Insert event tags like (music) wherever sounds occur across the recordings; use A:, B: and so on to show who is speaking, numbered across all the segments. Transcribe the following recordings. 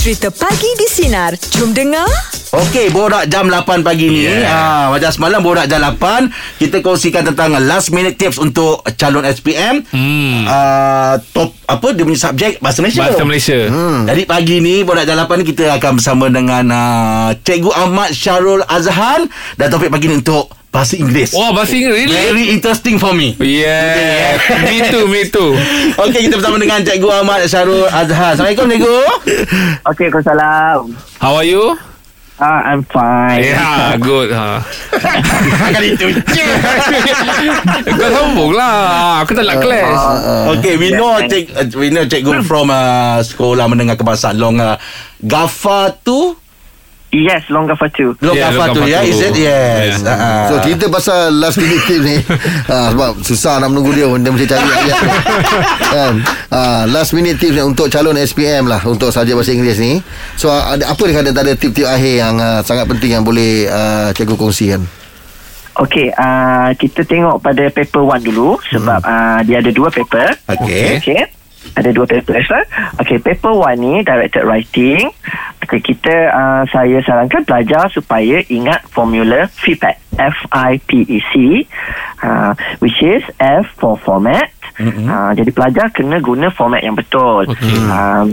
A: Cerita Pagi di Sinar. Jom dengar.
B: Okey, borak jam 8 pagi ni. Yeah. Ha, macam semalam borak jam 8, kita kongsikan tentang last minute tips untuk calon SPM. Hmm. Uh, top apa dia punya subjek bahasa Malaysia.
C: Bahasa Malaysia.
B: Hmm. Jadi pagi ni borak jam 8 ni kita akan bersama dengan uh, Cikgu Ahmad Syarul Azhan dan topik pagi ni untuk bahasa Inggeris.
C: Wah, bahasa Inggeris. Oh, Really?
B: Very interesting for me.
C: Yeah. me too, me too.
B: Okey, kita bersama dengan Cikgu Ahmad Syarul Azhan. Assalamualaikum, Cikgu.
D: Waalaikumsalam.
C: How are you?
D: Ah, I'm fine.
C: Yeah, good. Ha.
B: Akan itu.
C: Kau sombong lah. Aku tak nak clash.
E: Uh-huh.
B: Okay, we
D: Yeah,
B: know
D: thanks.
B: cik, uh, we know cikgu from uh, sekolah menengah kebangsaan Long uh, Gafa tu,
D: Yes, longer for two.
B: Long yeah,
C: Yeah,
B: Gafa
C: Long
B: tu
C: Gafa
B: ya,
C: tu.
B: is it? Yes. Yeah. Uh,
E: So cerita pasal last minute tip ni ha, Sebab susah nak menunggu dia pun Dia mesti cari ayat dia. kan? ha, Last minute tips ni Untuk calon SPM lah Untuk subjek bahasa Inggeris ni So ada, apa dia kata tak ada tip-tip akhir Yang uh, sangat penting Yang boleh uh, cikgu kongsikan
D: Okey, uh, kita tengok pada paper one dulu sebab uh, dia ada dua paper.
B: Okey.
D: Okey. Ada dua paper sir. Okey, paper one ni directed writing. Okey, kita uh, saya sarankan belajar supaya ingat formula feedback. F I P E C uh, which is F for format. Mm-hmm. Uh, jadi pelajar kena guna format yang betul. Okay. Um,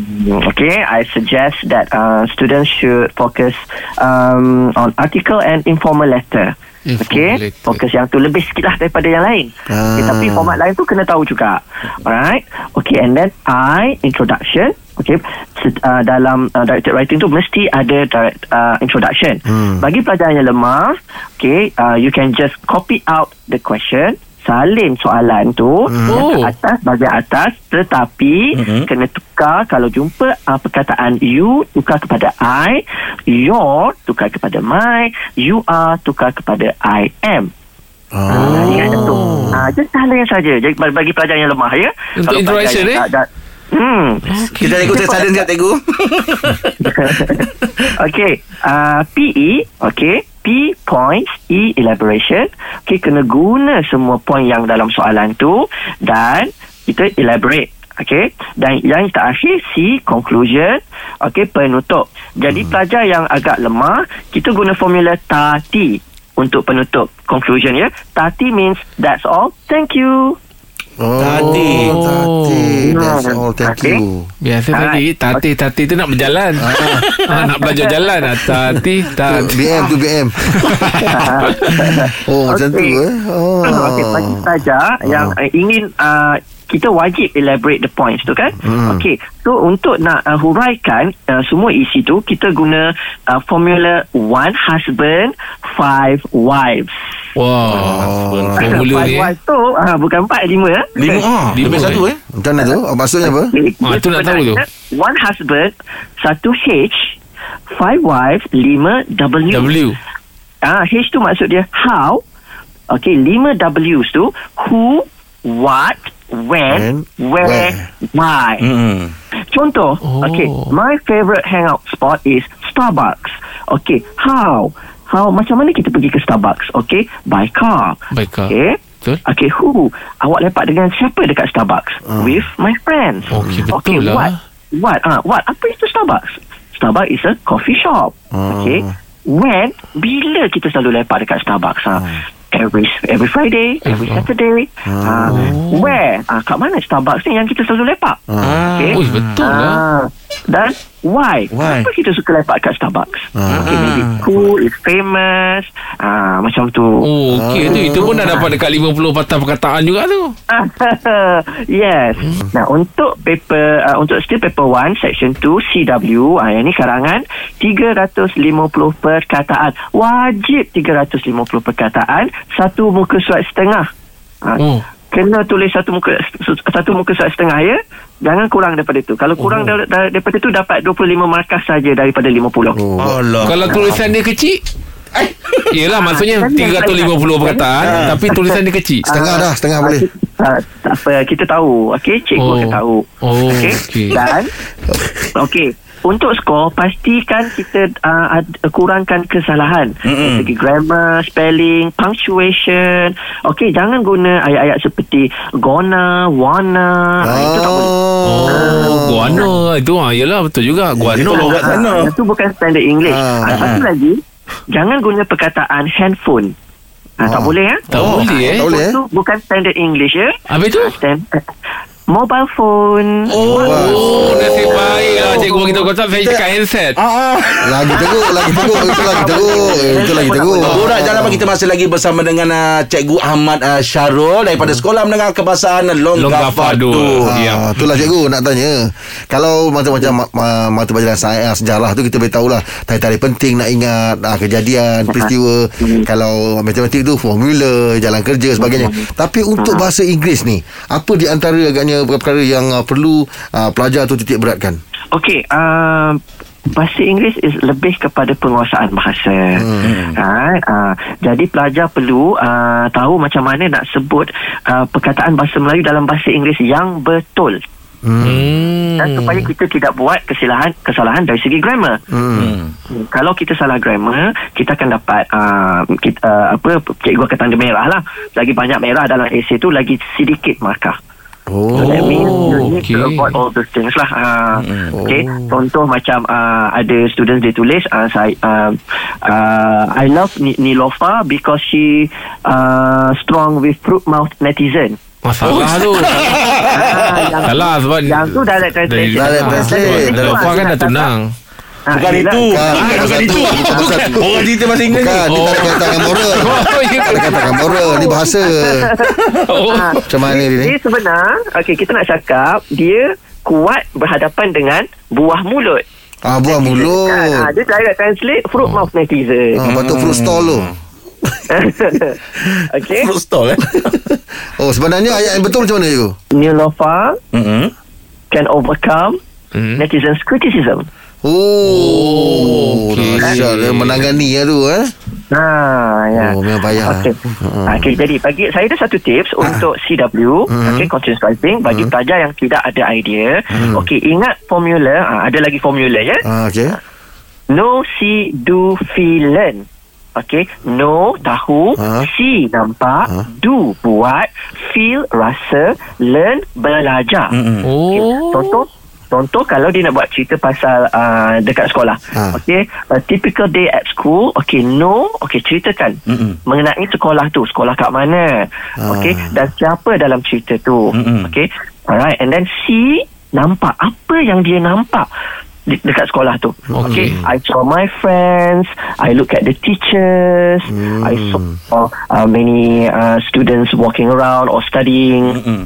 D: okay, I suggest that uh, students should focus um, on article and informal letter.
C: Informal
D: okay,
C: letter.
D: fokus yang tu lebih sikit lah daripada yang lain.
E: Ah.
D: Okay, tapi format lain tu kena tahu juga. Alright. Okay, and then I introduction. Okay, Se- uh, dalam uh, directed writing tu mesti ada direct uh, introduction. Hmm. Bagi pelajaran yang lemah, okay, uh, you can just copy out the question salin soalan tu
C: Oh.
D: hmm. atas bahagian atas tetapi mm-hmm. kena tukar kalau jumpa uh, perkataan you tukar kepada I your tukar kepada my you are tukar kepada I am
C: Oh.
D: Ah, ingat macam tu. Ah, just tahan saja. Jadi bagi bagi pelajar yang lemah ya.
C: Untuk
D: Kalau pelajar
C: interaction,
D: yang
C: eh?
D: tak- tak- Hmm.
B: Kita cikgu saya sadar sekejap
E: (laughs)
B: cikgu.
D: (laughs) okay. Uh, PE, okay. P points, E elaboration. Okay, kena guna semua point yang dalam soalan tu dan kita elaborate. Okay. Dan yang terakhir, C conclusion. Okay, penutup. Jadi hmm. pelajar yang agak lemah, kita guna formula TATI untuk penutup conclusion ya. TATI means that's all. Thank you.
E: Oh,
B: Tadi.
E: Tadi That's
D: Hmm.
E: all thank
D: Okay.
E: you
C: Biasa
D: Ah.
C: tadi Tati Tati tu nak berjalan (laughs) ah, Nak belajar jalan ah. Tati
E: Tu
C: Tati
E: BM tu BM Oh macam tu
D: Okey.
E: eh Ah. Oh
D: (clears throat) Okey, bagi pelajar yang uh, ingin uh, kita wajib elaborate the points tu kan. Hmm. Okey, so untuk nak uh, huraikan uh, semua isi tu kita guna uh, formula one husband, five wives.
C: Wow
D: Oh.
C: Formula
D: five
C: ni eh.
D: wives tu uh, bukan empat, lima. eh.
B: Lima ah,
C: Lima,
B: lebih satu
C: eh.
B: eh.
E: Macam mana tu Oh, Maksudnya apa
C: Ah, tu nak tahu tu.
D: One husband, satu H, five wives, lima
C: W
D: W. Ah, H tu maksud dia how. Okay, lima W's tu. Who, what, when,
E: When,
D: where,
E: where.
D: why.
B: Hmm.
D: Contoh,
C: Oh.
D: okay, my favorite hangout spot is Starbucks. Okay, how? How macam mana kita pergi ke Starbucks? Okay, by car.
C: By car.
D: Okay.
C: Ah, Betul.
D: Okay, who? Awak lepak dengan siapa dekat Starbucks? With my friends.
C: Okey, betul
D: okay,
C: lah.
D: What? What? Ah, what? Apa itu Starbucks? Starbucks is a coffee shop. Okay. When? Bila kita selalu lepak dekat Starbucks? Ah. Every every Friday, every
C: Oh.
D: Saturday. Ah, where? Ah, kat mana Starbucks ni yang kita selalu lepak?
C: ah.
D: Okey.
C: Ui, Betul lah
D: Eh? Ah, dan why?
B: Why?
D: Kenapa kita suka lepak kat Starbucks? Okay, maybe
C: Ah.
D: cool, it's famous. Ah, macam tu.
C: Oh, okey tu itu pun dah dapat dekat 50 patah perkataan juga tu.
D: (laughs) yes. Nah, untuk paper uh, untuk still paper 1 section 2 CW, ah yang ni karangan 350 perkataan. Wajib 350 perkataan, satu muka surat setengah. Ah,
C: Oh.
D: Kena tulis satu muka satu muka surat setengah ya. Jangan kurang daripada tu. Kalau kurang oh. daripada tu dapat 25 markah saja daripada 50.
E: Oh
B: Allah.
C: Kalau tulisan dia kecil Yelah maksudnya
D: Ah,
C: 350 perkataan Tapi tulisan dia kecil
E: Setengah dah Setengah
D: Ah,
E: boleh
D: ki- Tak, tak apa, kita tahu. Okey, cikgu
C: Oh.
D: akan tahu.
C: Oh, okey.
D: Dan okey, untuk skor pastikan kita uh, ad, kurangkan kesalahan mm-hmm. dari segi grammar, spelling, punctuation. Okey, jangan guna ayat-ayat seperti gonna, wanna. Ah. Itu tak boleh.
E: Ah.
C: Oh, guano itu ah yalah betul juga
B: Dia
C: guano.
B: kat sana.
D: Ah, Itu bukan standard English.
E: Ah.
D: Ah, satu lagi, jangan guna perkataan handphone. Ah, tak boleh ya?
C: Tak boleh eh.
E: tak boleh, eh?
D: Itu bukan standard English ya.
C: Habis tu?
D: Stand, mobile phone.
C: Oh, oh nasib baik lah cikgu kita kau tak saya cakap handset.
E: Lagi teruk Lagi teruk Itu lagi teruk Eh, Itu lagi teruk Ah,
B: Borak jalan pagi kita masih lagi bersama dengan uh, Cikgu Ahmad uh, Syarul daripada Sekolah Menengah Kebahasaan Longga
C: Longga
B: Fadu.
C: Fadu.
E: Ah,
C: Ya.
E: itulah cikgu nak tanya Kalau macam-macam ma- ma- mata pelajaran saya sejarah tu kita beritahulah Tarik-tarik penting nak ingat ah, Kejadian, peristiwa Kalau matematik tu formula, jalan kerja sebagainya Tapi untuk bahasa Inggeris ni Apa di antara agaknya perkara yang ah, perlu ah, pelajar tu titik beratkan?
D: Okey, uh, bahasa Inggeris is lebih kepada penguasaan bahasa. Hmm. Right? Uh, jadi pelajar perlu uh, tahu macam mana nak sebut uh, perkataan bahasa Melayu dalam bahasa Inggeris yang betul.
C: Hmm.
D: Dan supaya kita tidak buat kesalahan kesalahan dari segi grammar. Hmm. Kalau kita salah grammar, kita akan dapat uh, kita, uh, apa cikgu akan tanda merah lah. Lagi banyak merah dalam esei tu lagi sedikit markah. So that means
C: Oh,
D: you need to
C: okay. Hmm. Oh.
D: avoid all those things lah. Ha, Okay. Contoh macam uh, ada students dia tulis, uh, saya, uh, uh, I love Ni- Nilofa because she uh, strong with fruit mouth netizen.
C: Masalah tu.
D: Ah, yang-
C: Salah lah, sebab
D: yang tu direct translation.
E: Direct translate.
C: Dalam
D: Itulah,
C: kan dah
D: dia nak
C: tunang.
D: Ah,
B: Bukan
D: yelah.
B: itu.
E: Bukan.
B: Ah, Bukan
E: Bukan.
B: itu.
E: Bukan.
B: Orang cerita bahasa Inggeris.
E: Bukan,
B: ni.
E: ni tak ada kaitan dengan
B: (laughs)
E: moral
C: Oh, ya.
E: Tak ada kaitan dengan moral, ni bahasa
C: Oh.
E: Macam mana dia ni?
D: Ah, Dia sebenar, okay, kita nak cakap, dia kuat berhadapan dengan buah mulut.
E: Ah, buah mulut
D: Ah, dia direct translate fruit mouth netizen.
E: ah, Patut fruit stall tu
D: (laughs)
B: Hmm.
D: okay.
B: Fruit
E: (laughs)
B: stall eh.
E: Oh sebenarnya ayat yang betul macam mana cikgu?
D: Nilofa
E: Mm-hmm.
B: Mm-mm.
D: can overcome
C: Hmm.
D: netizens' criticism.
E: Oh, oh
C: okey.
E: dahsyat dia menangani lah tu eh.
D: Ah, ya.
E: Oh, memang payah. Ha.
D: Okey. Okey, jadi bagi saya ada satu tips untuk CW, okey, continuous writing bagi pelajar yang tidak ada idea.
E: Ha.
D: Okey, ingat formula, ah, ada lagi formula ya.
E: Ah, okey.
D: No see do feel learn. Okey, no tahu,
E: Ah.
D: see nampak,
E: Ha.
D: do buat, feel rasa, learn belajar.
C: Oh.
D: Contoh Contoh kalau dia nak buat cerita pasal uh, dekat sekolah. Ha.
E: Ha.
D: Okay. A typical day at school. Okay. No. Okay. Ceritakan. Mm-mm. Mengenai sekolah tu. Sekolah kat mana. Okay. Dan siapa dalam cerita tu. Mm-mm. Okay. Alright. And then see. Nampak. Apa yang dia nampak. Di, dekat sekolah tu. Okay. I saw my friends. I look at the teachers. Mm. I saw uh, many uh, students walking around or studying. Mm-mm.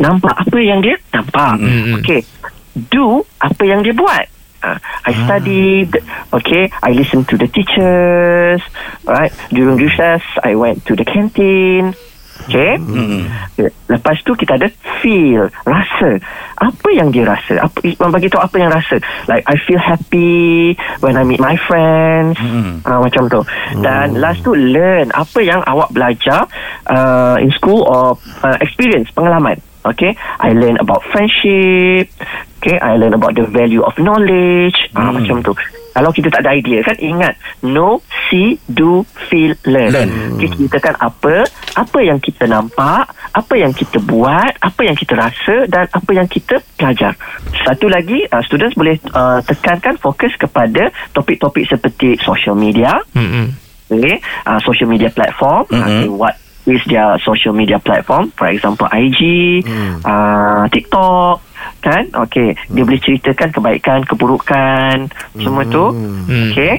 D: Nampak apa yang dia nampak. Mm-mm. Okay. Do apa yang dia buat. Uh, I studied. Okay. I listened to the teachers. Right. During recess, I went to the canteen. Okay. Mm-hmm. Lepas tu kita ada feel, rasa. Apa yang dia rasa? Apa bagi tahu apa yang rasa? Like I feel happy when I meet my friends. Mm-hmm. Uh, macam tu. Dan last tu learn apa yang awak belajar uh, in school or uh, experience pengalaman. Okay, I learn about friendship. Okay, I learn about the value of knowledge. Ah, macam tu. Kalau kita tak ada idea kan ingat know, see, do, feel, learn.
B: Learn.
D: Okay, ceritakan apa, apa yang kita nampak, apa yang kita buat, apa yang kita rasa dan apa yang kita pelajar. Satu lagi, uh, students boleh uh, tekankan fokus kepada topik-topik seperti social media,
C: Hmm.
D: okay, uh, social media platform, mm-hmm. okay, what is their social media platform, for example IG, mm. uh, TikTok, kan? Okay, dia boleh ceritakan kebaikan, keburukan, semua tu, okay.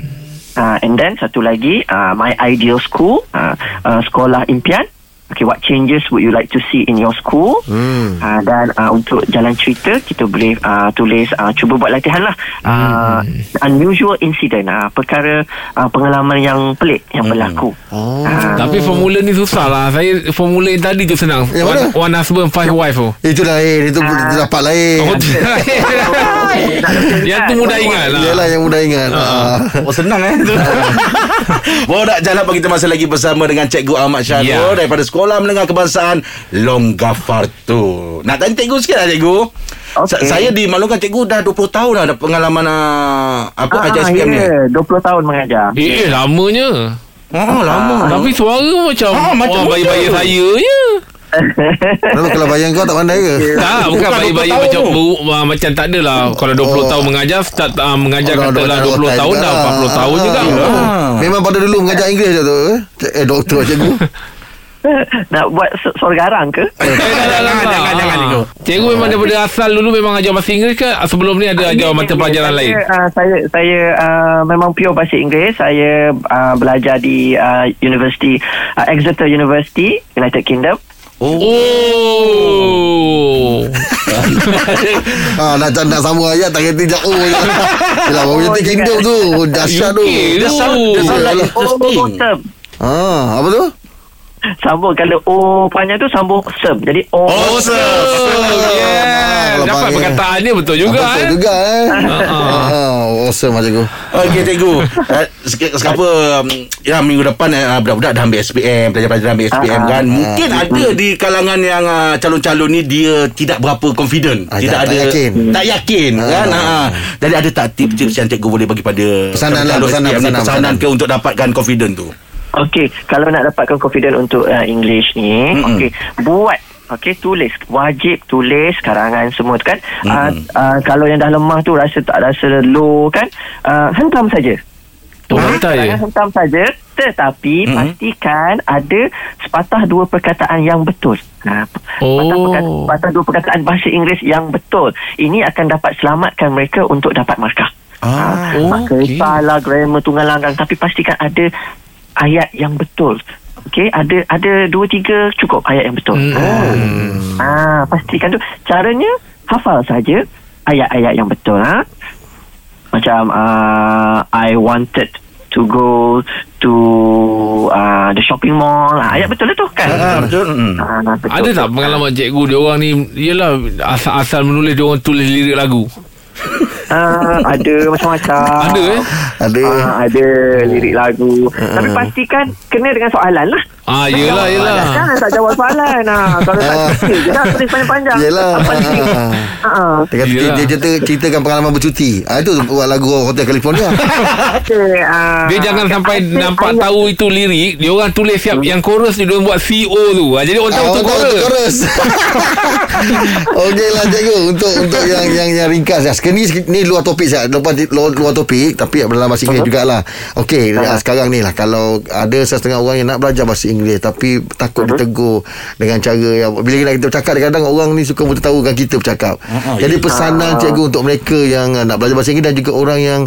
D: Uh, and then satu lagi, uh, my ideal school, uh, uh, sekolah impian. Okay, what changes would you like to see in your school? Hmm. Uh, dan uh, untuk jalan cerita, kita boleh uh, tulis, uh, cuba buat latihan lah. Uh, unusual incident, uh, perkara uh, pengalaman yang pelik yang berlaku.
E: Oh.
D: Uh,
C: Tapi formula ni susah lah Saya formula yang tadi tu senang
E: Yang
C: one,
E: mana?
C: one husband Five wife tu
E: Itu lain, itu ah. dapat lain.
C: Oh, tu- Yang tu mudah ingat lah
E: Yalah yang mudah ingat. Ah.
B: Oh senang (laughs) eh Borak jalan pagi kita masih lagi bersama dengan Cikgu Ahmad Syahrul
C: Ya.
B: Daripada Sekolah Menengah Kebangsaan Longgafartu Nak tanya cikgu sikit lah cikgu Okay.
D: Okey.
B: Saya dimaklumkan cikgu dah 20 tahun dah ada pengalaman uh, apa ah, ajar SPM ni.
D: ya, 20 tahun mengajar. (laughs)
C: Eh, eh lamanya.
B: Oh, lama.
C: Ah. Tapi suara macam
B: Ah,
C: ah,
B: macam
C: orang
B: muda.
C: bayi-bayi saya je.
E: Lalu kalau bayang kau tak pandai ke?
C: Tak, bukan
B: Bukan
C: bayi-bayi
B: 20
C: macam
B: tahun.
C: bu, uh, macam tak adalah. Kalau 20
E: Oh.
C: tahun mengajar, start uh, mengajar
E: Orang
C: katalah
E: ada
C: 20
E: otak
C: tahun
E: juga.
C: dah 40 tahun
E: Ah,
C: juga.
E: ya.
C: Ah.
E: Memang pada dulu mengajar Inggeris je tu eh? Eh doktor cikgu
D: Nak buat su- suara garang ke?
C: Eh, dah, dah, dah,
B: Jangan,
C: dah.
B: jangan, jangan, cikgu.
C: Cikgu memang daripada asal dulu memang ajar bahasa Inggeris ke? Ah, Sebelum ni
D: Ah,
C: ada ajar mata pelajaran
D: saya,
C: lain?
D: Uh, saya saya uh, memang pure bahasa Inggeris. Saya uh, belajar di uh, University uh, Exeter University, United Kingdom.
C: Oh.
E: ha, Nak nak sambung ayat Tak kena
C: (laughs)
E: jauh Yelah baru jadi kingdom tu Oh, Dahsyat tu
C: UK tu.
B: Dia salah
E: Yalah.
D: Oh,
B: interesting.
D: term.
E: ha, Apa tu?
D: Sambung kalau O panjang tu sambung serm. Jadi O.
B: Oh,
C: Oh,
E: Ah,
C: yeah. Dapat
E: lepas ni.
C: perkataan dia betul juga.
E: Betul
C: eh.
E: juga eh Ah, Awesome lah cikgu
B: Okey cikgu uh, Apa um, Ya minggu depan uh, Budak-budak dah ambil SPM Pelajar-pelajar dah ambil SPM kan Mungkin ada di kalangan yang uh, Calon-calon ni Dia tidak berapa confident
E: Ah,
B: Tidak
E: tak-
B: ada
E: tak yakin.
B: Tak yakin kan uh, Jadi ada tak tips-tips Yang cikgu boleh bagi pada
E: Pesanan lah,
B: calon-calon SPM
E: pesanan,
B: ni?
E: pesanan,
B: Pesanan
E: pesanan.
B: ke untuk dapatkan confident tu
D: Okey, kalau nak dapatkan confident untuk uh, English ni,
B: Mm-mm.
D: mm-hmm. okey, buat Okey tulis wajib tulis karangan semua tu kan uh, uh, kalau yang dah lemah tu rasa tak rasa low kan uh, hentam saja
C: Oh, hentai.
D: Karangan hentam saja tetapi
B: Mm-mm.
D: mm-hmm. pastikan ada sepatah dua perkataan yang betul ha, sepatah,
C: Oh.
D: perkataan, sepatah dua perkataan bahasa Inggeris yang betul ini akan dapat selamatkan mereka untuk dapat markah
B: Ah,
D: Ha, tak
C: okey.
D: kisahlah grammar tunggal langgang tapi pastikan ada ayat yang betul. Okey, ada ada dua tiga cukup ayat yang betul.
C: Hmm.
D: Hmm. Ah, pastikan tu caranya hafal saja ayat-ayat yang betul ha. Macam uh, I wanted to go to uh, the shopping mall. Ah, ayat betul lah tu kan?
B: Ah, Betul mm.
D: Ah, betul.
C: Ada tak pengalaman cikgu dia orang ni Yelah asal-asal menulis dia orang tulis lirik lagu
D: Ah, ada macam-macam.
C: Ada eh
E: Ada
D: Ah, ada lirik lagu. Tapi pastikan kena dengan soalan lah.
C: Ah yelah yelah
D: Jangan tak jawab soalan ah. Kalau tak
E: Ah.
D: fikir je dah tulis panjang-panjang.
E: Yelah
D: Apa ni?
E: Ah.
D: Ah.
E: Dia kata
C: Yelah.
E: dia cerita, ceritakan pengalaman bercuti ah, Itu buat lagu Hotel
D: (laughs)
E: California
D: Okey, ah.
C: Dia jangan sampai
D: Asyik
C: nampak
D: ayat-
C: tahu itu lirik Dia orang tulis siap Yang chorus dia orang buat CO tu Ah, Jadi orang tahu
E: Ah,
C: tu chorus
E: chorus. (laughs) Okey lah cikgu untuk untuk yang yang yang ringkas ya. Sekarang ni ni luar topik saya. Lepas ni luar, luar topik tapi dalam bahasa Inggeris jugalah. Okey, uh-huh. sekarang ni lah kalau ada setengah orang yang nak belajar bahasa Inggeris tapi takut uh-huh. ditegur dengan cara yang bila kita- kita bercakap kadang-kadang orang ni suka memberitahukan kita bercakap. Uh-huh. Jadi pesanan cikgu untuk mereka yang uh, nak belajar bahasa Inggeris dan juga orang yang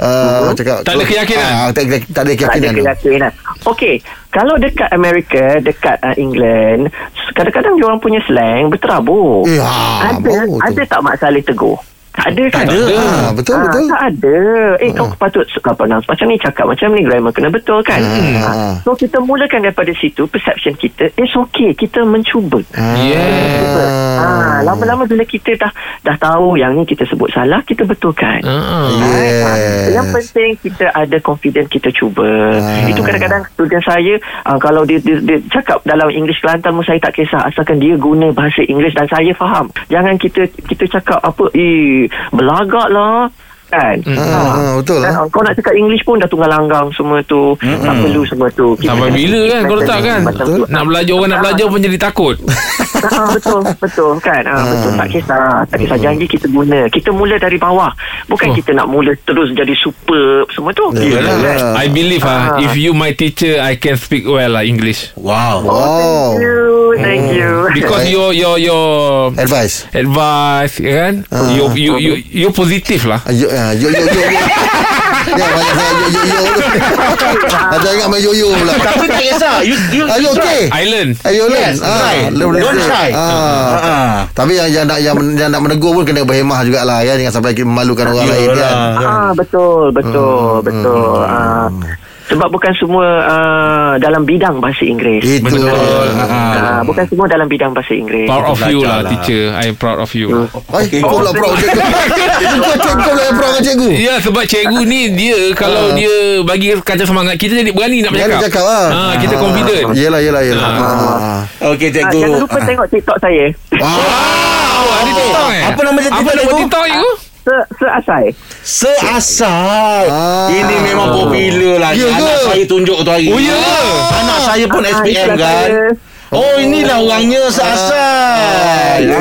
E: uh, cakap
C: Tak ada keyakinan.
E: Ah, tak, tak,
D: tak
E: tak ada
D: ada
E: keyakinan. tu.
D: keyakinan. Okey, kalau dekat Amerika, dekat uh, England, kadang-kadang dia orang punya slang berterabur.
C: Eh,
E: Ya,
D: ada
E: bau tu.
D: ada tak Mak Saleh tegur? Tak ada kan?
B: ada.
E: Ah, betul
D: Ah,
E: betul. Ah,
D: Tak ada. Eh, kau patut suka pronounce macam ni, cakap macam ni, grammar kena betul kan?
E: Ah.
D: Ah, So, kita mulakan daripada situ, perception kita, it's okay, kita mencuba.
E: Eh.
C: Yeah
D: Ah, lama-lama bila kita dah dah tahu yang ni kita sebut salah, kita betulkan.
C: Ah.
E: Yes.
D: Yang penting kita ada confident kita cuba.
E: Ah.
D: Itu kadang-kadang student saya uh, kalau dia, dia, dia cakap dalam English Kelantan pun saya tak kisah asalkan dia guna bahasa Inggeris dan saya faham. Jangan kita kita cakap apa eh belagak lah kan.
E: Ah, ah, betul lah. Hmm.
D: Kan, Kau nak cakap English pun dah tunggal langgang semua tu. Mm-hmm. Tak perlu semua tu. Kita
C: Sampai
D: kena
C: bila kan kau letak kan
D: macam tu.
C: Nak belajar orang nak belajar pun jadi takut
D: Ah, betul betul kan ah, Hmm. betul tak kisah tak kisah janji kita guna kita mula dari bawah bukan
C: Oh.
D: kita nak mula terus jadi super semua tu
E: Yelah.
D: Kan?
E: Ah.
C: I believe ah If you my teacher I can speak well lah English
B: Wow
E: Wow.
D: thank you thank you
C: Because
E: Eh.
C: your your your
E: Advice.
C: advice ya kan
E: Ah.
C: you you you you positif lah
E: Ah, Yo, ah, yo, yo, yo, yo. Ya, banyak saya yo, yo, yo. Ada ingat main yo-yo pula.
B: Tapi tak kisah You, you,
E: Are you okay?
C: Island
E: Eh. Ayo
B: Yes, try. Don't try. Ah, ah.
E: Tapi yang yang nak yang, yang nak menegur pun kena berhemah jugalah ya jangan sampai memalukan orang lain kan.
D: ah betul betul betul ah sebab bukan semua uh, dalam bidang bahasa Inggeris.
E: Itu.
C: Betul.
D: Ah, bukan semua dalam bidang bahasa Inggeris.
C: Proud of you
B: belajar
C: lah
B: lah.
C: teacher I proud of you
E: Ai, kau pula pro. Kau pula yang pro dengan cikgu.
C: (laughs) Ya sebab cikgu ni
B: Ah.
C: Dia kalau dia Bagi kata semangat Kita jadi berani nak
E: Jangan
C: bercakap
E: cakap lah.
C: ha, Kita confident
E: Yelah, yelah, yelah. Ah.
B: Okey
D: Ah,
B: cikgu.
D: jangan lupa tengok TikTok saya.
C: Ah, awak ada TikTok eh
B: Apa nama
C: Apa
B: TikTok
C: nama
B: cikgu? Eh,
C: TikTok cikgu?
D: Se, seasai.
B: Seasal.
E: Ah.
B: Ini memang popular lah.
E: Ya ke?
B: Anak saya tunjuk tu hari.
C: Oh, ya ke?
B: Anak saya pun
D: Ah,
B: SPM
D: itulah
B: kan.
D: saya.
B: Oh inilah orangnya
C: Ah,
B: seasal.
C: ya.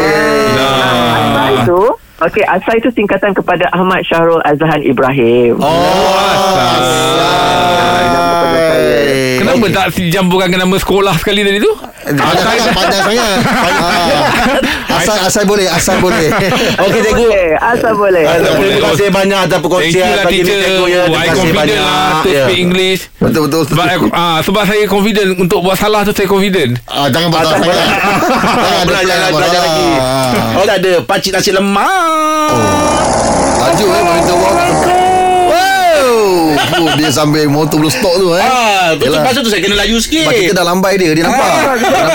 D: Asal itu, okey, Asal itu singkatan kepada Ahmad Syahrul Azhan Ibrahim.
B: Oh.
E: Hai.
C: Kenapa tak jamburkan ke nama sekolah sekali tadi tu?
E: Panjang sangat, panjang sangat. Ah. Asal asal boleh, asal boleh.
B: Okey cikgu.
D: Boleh, asal boleh.
B: Ah, Terima
C: boleh.
B: kasih banyak atas
C: Thank you
B: perkongsian
C: lah
B: pagi ni
C: teacher
B: cikgu ya. Terima
C: I
B: kasih
C: confident
B: banyak.
C: lah To
B: Ya.
C: speak English
E: Betul betul.
C: sebab, aku, ah, sebab saya confident Untuk buat salah tu saya confident
E: Ah, jangan buat salah sangat. Jangan ada
B: (laughs) Belajar
E: pelan,
B: belajar
E: abang.
B: lagi.
E: Ah.
B: Oh tak ada pakcik nasi lemak.
C: Oh.
E: Laju eh Perintah orang Wow oh, Dia sambil motor belum stop tu eh
B: Ah, tu
E: Yelah.
B: pasal tu saya kena laju sikit.
E: Sebab kita dah lambai dia Dia nampak Dia nampak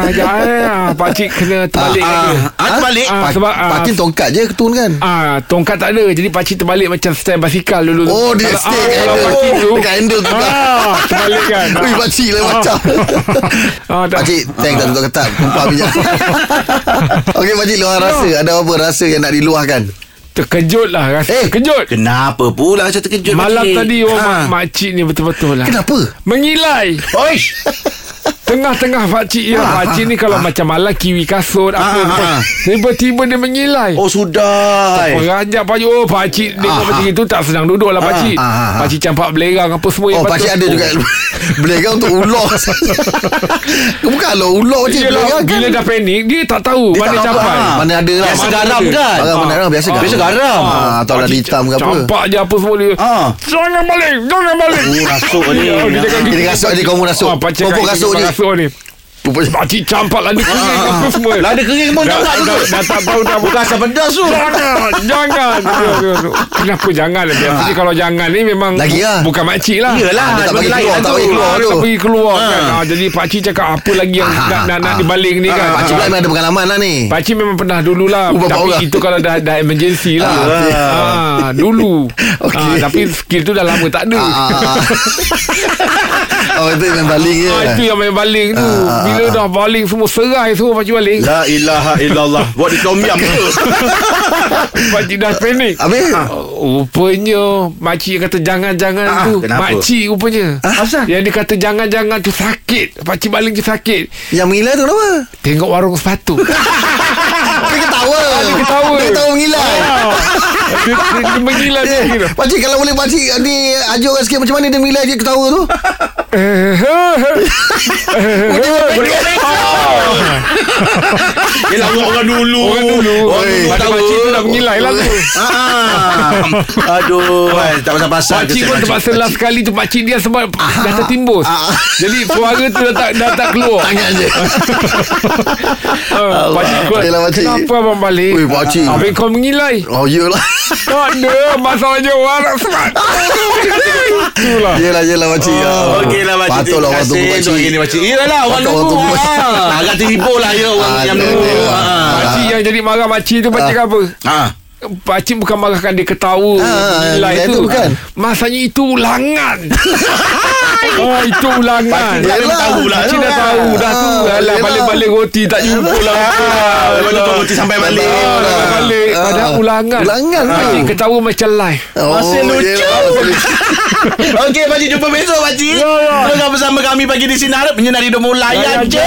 C: Ah, jangan Pakcik kena terbalik
B: Ah,
C: ah,
B: ah, balik.
C: Ah,
E: Pa-
C: sebab, ah,
E: Patin tongkat je ketun kan
C: Ah, tongkat tak ada Jadi pakcik terbalik Macam stand basikal dulu
E: Oh dia
C: Kalau-
E: stay
C: ah,
E: kat
C: Kalau pakcik tu
E: handle Dekat handle tu kan
C: Ah, terbalik kan
E: (laughs) Ui pakcik lah macam
C: Ah, tak.
E: Pakcik Tank tak tutup ketat
C: (laughs)
E: Kumpah minyak Okey pakcik luar rasa Ada apa rasa yang nak diluahkan
C: Terkejut lah rasa
E: Eh,
C: Terkejut
B: Kenapa pula saya terkejut
C: Malam tadi orang mak, makcik ni betul-betul lah
E: Ha. Kenapa
C: Mengilai
B: Oish.
C: Tengah-tengah pakcik
E: Ha,
C: ya Pakcik ni kalau macam malam Kiwi kasut apa
B: ah, ah.
C: Tiba-tiba dia mengilai
B: Oh
E: eh.
B: sudah.
C: Peranjak pakcik Oh pakcik
E: Ha,
C: Tengok macam itu Tak senang duduk lah pakcik
E: ah, ah, ah.
C: Pakcik campak belerang Apa semua
E: Oh
C: yang
E: pakcik ada
C: Eh, patut.
E: juga (laughs) Belaga untuk
C: (laughs)
E: ular Bukan lah ular je
C: Yelah,
E: Belaga kan
C: Bila dah panik Dia tak tahu
E: Dia
C: Mana
E: tak nampak,
C: campak
E: ah. Mana ada lah
B: Biasa
E: Mana
B: garam
E: ada.
B: kan?
E: Barang mana
C: Ah.
E: ada Biasa
C: Ah.
E: garam
B: Biasa garam.
E: Ah, Atau dah
C: Pakcik
E: hitam ke apa Ha.
C: Campak je apa semua dia
B: Ah.
C: Jangan balik Jangan balik
B: Oh rasuk ni.
C: Ya, dia cakap
E: Dia rasuk je, kamu rasuk.
C: Ah, pakcik
E: Pokok Ha,
C: kaki
E: rasuk je.
C: Rasuk ni Pakcik campak Lada kering apa semua
B: Lah ada kering pun tak
C: Dah-
B: nak tu.
C: dah- dah tak tahu dah
B: Bukan asam pedas tu.
C: Jangan (laughs) Jangan Kenapa jangan Biasanya kalau jangan ni memang
E: Lagi lah.
C: Bukan makcik lah
B: Yelah,
E: Ah, dia tak
B: ada
E: bagi
B: lain
E: keluar,
B: tu.
E: tak bagi keluar.
C: Ah,
E: tu. Ha.
C: dia pergi keluar kan ah, Jadi pakcik cakap Apa lagi yang
E: Ah,
C: nak, nak, nak
E: ah.
C: dibalik ni kan
E: Pakcik pula memang ada pengalaman lah
C: (laughs)
E: ni
C: Pakcik memang pernah dulu lah
E: Oh, bapak
C: Tapi
E: orang.
C: itu kalau dah dah emergency lah
E: Ah, okey.
C: ah, Dulu
E: Okey.
C: ah, Tapi skill tu dah lama tak ada
E: Ah, ah,
C: (laughs)
E: ah. Oh itu memang baling je
C: ah, Itu yang main baling tu
E: Ah, ah, Lah.
C: Bila dah baling semua serai semua pakcik baling
B: La ilaha illallah. Buat di tom yam (laughs) tu.
C: Pakcik dah panik
E: Habis
C: Rupanya Makcik kata jangan-jangan
B: Ah,
C: tu
B: kenapa?
C: Makcik rupanya
B: Ah, asal?
C: (laughs) Yang dia kata jangan-jangan tu sakit Pakcik baling tu sakit
E: Yang mengilah
C: Ah.
E: tu kenapa
C: Tengok warung
E: (laughs)
C: sepatu
E: Dia ketawa Dia
C: Ah, ketawa. Ah,
E: Dia ketawa mengilah
C: Dia, dia, dia menggila
E: Eh,
C: dia kira.
E: Pakcik kalau boleh pakcik ni ajar orang sikit macam mana dia mengilah je ketawa tu
B: Yelah orang dulu.
E: Oh,
C: Orang
B: Orang
C: dulu
B: dulu
C: Pada
E: eh.
B: tahu.
C: makcik tu dah mengilai lah tu
B: Ah. Aduh, eh, tak pasal-pasal.
C: Pakcik
B: Kesian
C: pun terpaksa
B: lah.
C: last sekali tu Pakcik dia sebab
E: Ah.
C: Dah tertimbus Jadi suara tu dah tak, dah tak keluar
E: Tangan
C: (laughs)
E: je
C: Ah, Pakcik kuat
E: Yelah, pakcik.
C: Kenapa abang balik
E: Ui, pakcik.
C: Eh, Habis kau mengilai
E: Oh yelah
C: Tak ada Masalahnya warung sepatu
E: Ah.
C: Itulah
E: Yelah yelah pakcik
C: Oh,
E: Ah.
B: Okey lah makcik
E: Patutlah orang tunggu
B: Untuk hari ni
E: pakcik
B: makcik Yelah orang
E: Patut orang
B: tunggu
E: tunggu.
B: ah. Agak terhibur lah ya Orang
E: Ah,
B: yang
E: dia-
B: tunggu
E: dia-
B: Ah.
C: Pakcik yang jadi marah Pakcik tu Pakcik apa
B: Ah.
C: Pakcik bukan marahkan dia ketawa Nilai
E: Ah, nilai
C: tu
E: tu bukan.
C: Masanya itu ulangan
E: (laughs)
C: Oh itu
B: Pakcik
C: ulangan
B: dah tahu lah
C: Pakcik
B: tu
C: dah
B: kan.
C: tahu Dah tu
E: Ah,
C: Alah
E: yelah.
C: balik-balik roti Tak jumpa lah
B: Ah, Lepas tu tunggu sampai balik
C: Ah, dah Balik
E: Ah.
C: Padahal ulangan
E: Ulangan lah. tu.
C: Pakcik ketawa macam live
B: Masih
E: Oh,
B: lucu.
E: yelah, masih lucu.
B: (laughs) Okey pakcik jumpa besok pakcik Tengah bersama kami pagi di Sinar Menyinari Demo Layan
C: Layan
B: je